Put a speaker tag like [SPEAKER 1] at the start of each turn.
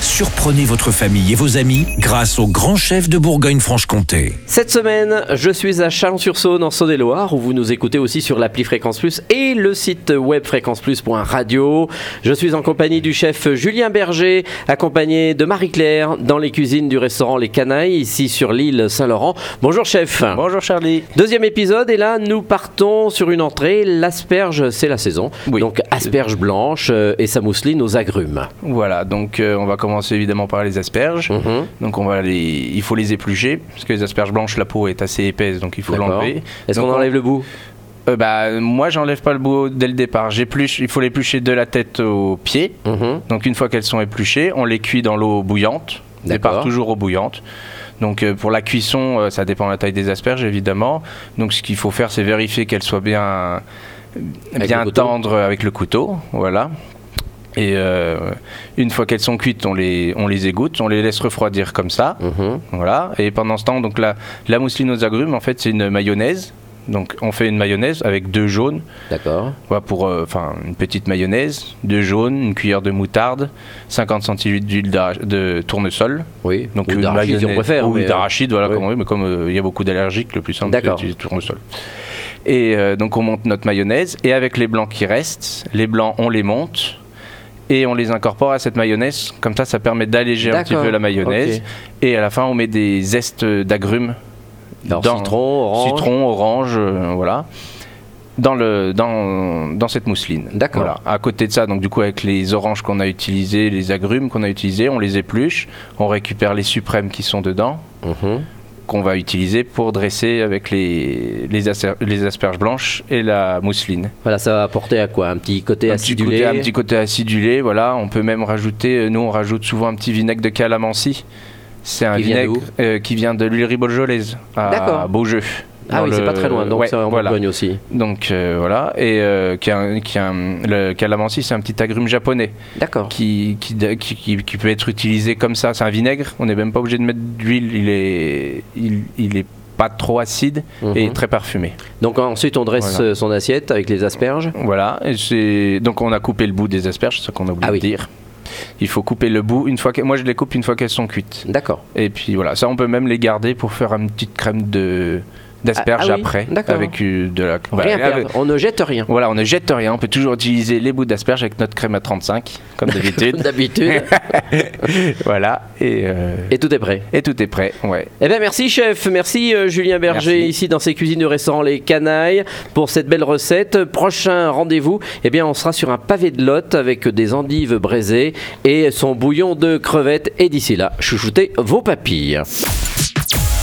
[SPEAKER 1] Surprenez votre famille et vos amis grâce au grand chef de Bourgogne-Franche-Comté.
[SPEAKER 2] Cette semaine, je suis à Chalon-sur-Saône en Saône-et-Loire où vous nous écoutez aussi sur l'appli Fréquence Plus et le site web fréquenceplus.radio. Je suis en compagnie du chef Julien Berger, accompagné de Marie-Claire dans les cuisines du restaurant Les Canailles ici sur l'île Saint-Laurent. Bonjour chef.
[SPEAKER 3] Bonjour Charlie.
[SPEAKER 2] Deuxième épisode et là nous partons sur une entrée, l'asperge, c'est la saison.
[SPEAKER 3] Oui.
[SPEAKER 2] Donc asperge blanche euh, et sa mousseline aux agrumes.
[SPEAKER 3] Voilà, donc euh, on va commencer évidemment par les asperges.
[SPEAKER 2] Mhm.
[SPEAKER 3] Donc on va les, il faut les éplucher parce que les asperges blanches, la peau est assez épaisse, donc il faut
[SPEAKER 2] D'accord.
[SPEAKER 3] l'enlever.
[SPEAKER 2] Est-ce
[SPEAKER 3] Donc,
[SPEAKER 2] qu'on
[SPEAKER 3] on-
[SPEAKER 2] enlève le bout
[SPEAKER 3] Euh, Bah moi j'enlève pas le bout dès le départ. J'épluche, il faut l'éplucher de la tête aux pieds.
[SPEAKER 2] Mhm.
[SPEAKER 3] Donc une fois qu'elles sont épluchées, on les cuit dans l'eau bouillante.
[SPEAKER 2] D'accord.
[SPEAKER 3] Départ toujours eau bouillante. Donc euh, pour la cuisson, euh, ça dépend de la taille des asperges évidemment. Donc ce qu'il faut faire, c'est vérifier qu'elles soient bien
[SPEAKER 2] Avec
[SPEAKER 3] bien
[SPEAKER 2] le couteau.
[SPEAKER 3] tendres avec le couteau, voilà. Et euh, une fois qu'elles sont cuites, on les on les égoutte, on les laisse refroidir comme ça,
[SPEAKER 2] Mhm.
[SPEAKER 3] voilà. Et pendant ce temps, donc la la mousseline aux agrumes, en fait, c'est une mayonnaise. Donc on fait une mayonnaise avec deux jaunes,
[SPEAKER 2] D'accord.
[SPEAKER 3] voilà, pour euh, enfin une petite mayonnaise, deux jaunes, une cuillère de moutarde, 50 centilitres d'huile d'ara- de tournesol.
[SPEAKER 2] Oui.
[SPEAKER 3] Donc
[SPEAKER 2] Ou
[SPEAKER 3] une
[SPEAKER 2] d'arachide, si on
[SPEAKER 3] mayonnaise-
[SPEAKER 2] préfère.
[SPEAKER 3] ou
[SPEAKER 2] mais, euh,
[SPEAKER 3] d'arachide, voilà,
[SPEAKER 2] oui.
[SPEAKER 3] comme on veut, mais comme euh, il y a beaucoup d'allergiques, le plus simple c'est
[SPEAKER 2] D'accord.
[SPEAKER 3] d'utiliser le tournesol. Et euh, donc on monte notre mayonnaise et avec les blancs qui restent, les blancs on les monte et on les incorpore à cette mayonnaise. Comme ça, ça permet d'alléger un petit
[SPEAKER 2] D'accord,
[SPEAKER 3] peu la mayonnaise.
[SPEAKER 2] ok.
[SPEAKER 3] Et à la fin, on met des zestes d'agrumes,
[SPEAKER 2] Alors,
[SPEAKER 3] Dans-
[SPEAKER 2] citron, orange.
[SPEAKER 3] citron, orange, euh, voilà. Dans, le, dans, dans cette mousseline.
[SPEAKER 2] D'accord.
[SPEAKER 3] Voilà. À côté de ça, donc du coup, avec les oranges qu'on a utilisées, les agrumes qu'on a utilisés, on les épluche, on récupère les suprêmes qui sont dedans,
[SPEAKER 2] Mhm.
[SPEAKER 3] qu'on va utiliser pour dresser avec les, les, aser- les asperges blanches et la mousseline.
[SPEAKER 2] Voilà, ça va apporter à quoi Un petit côté
[SPEAKER 3] Un petit,
[SPEAKER 2] acidulé.
[SPEAKER 3] côté, un petit côté acidulé, voilà. On peut même rajouter, euh, nous on rajoute souvent un petit vinaigre de calamansi. C'est un
[SPEAKER 2] Qui vient
[SPEAKER 3] vinaigre
[SPEAKER 2] d'où
[SPEAKER 3] euh, qui vient de l'huilerie Beaujolaise
[SPEAKER 2] D'accord.
[SPEAKER 3] à Beaujeu.
[SPEAKER 2] Ah
[SPEAKER 3] Dans
[SPEAKER 2] oui, c'est
[SPEAKER 3] le-
[SPEAKER 2] pas très loin, donc
[SPEAKER 3] Ouais,
[SPEAKER 2] c'est en
[SPEAKER 3] voilà.
[SPEAKER 2] Bourgogne aussi.
[SPEAKER 3] Donc euh, voilà, et euh, qui a un- qui a un- le calamansi, c'est un petit agrume japonais
[SPEAKER 2] D'accord.
[SPEAKER 3] qui, qui, qui- qui- qui peut être utilisé comme ça. C'est un vinaigre, on n'est même pas obligé de mettre d'huile, il est, il, il est pas trop acide et
[SPEAKER 2] Mhm.
[SPEAKER 3] très parfumé.
[SPEAKER 2] Donc ensuite, on dresse
[SPEAKER 3] Voilà.
[SPEAKER 2] euh, son assiette avec les asperges.
[SPEAKER 3] Voilà, et c'est- donc on a coupé le bout des asperges, c'est ce qu'on a oublié
[SPEAKER 2] Ah oui.
[SPEAKER 3] de dire. Il faut couper le bout une fois que moi je les coupe une fois qu'elles sont cuites.
[SPEAKER 2] D'accord.
[SPEAKER 3] Et puis voilà, ça on peut même les garder pour faire une petite crème de d'asperges
[SPEAKER 2] Ah, ah oui,
[SPEAKER 3] après
[SPEAKER 2] d'accord.
[SPEAKER 3] avec euh, de la
[SPEAKER 2] Rien
[SPEAKER 3] voilà, avec-
[SPEAKER 2] perdre, on ne jette rien.
[SPEAKER 3] Voilà, on ne jette rien, on peut toujours utiliser les bouts d'asperges avec notre crème à 35,
[SPEAKER 2] Comme
[SPEAKER 3] comme d'habitude.
[SPEAKER 2] d'habitude.
[SPEAKER 3] voilà, et, euh,
[SPEAKER 2] Et tout est prêt.
[SPEAKER 3] et tout est prêt. Ouais.
[SPEAKER 2] Eh bien, merci, chef. Merci, euh, Julien Berger,
[SPEAKER 3] Merci.
[SPEAKER 2] ici dans ses cuisines du restaurant Les Canailles, pour cette belle recette. Prochain rendez-vous, eh bien, on sera sur un pavé de lotte avec des endives braisées et son bouillon de crevettes. Et d'ici là, chouchoutez vos papilles.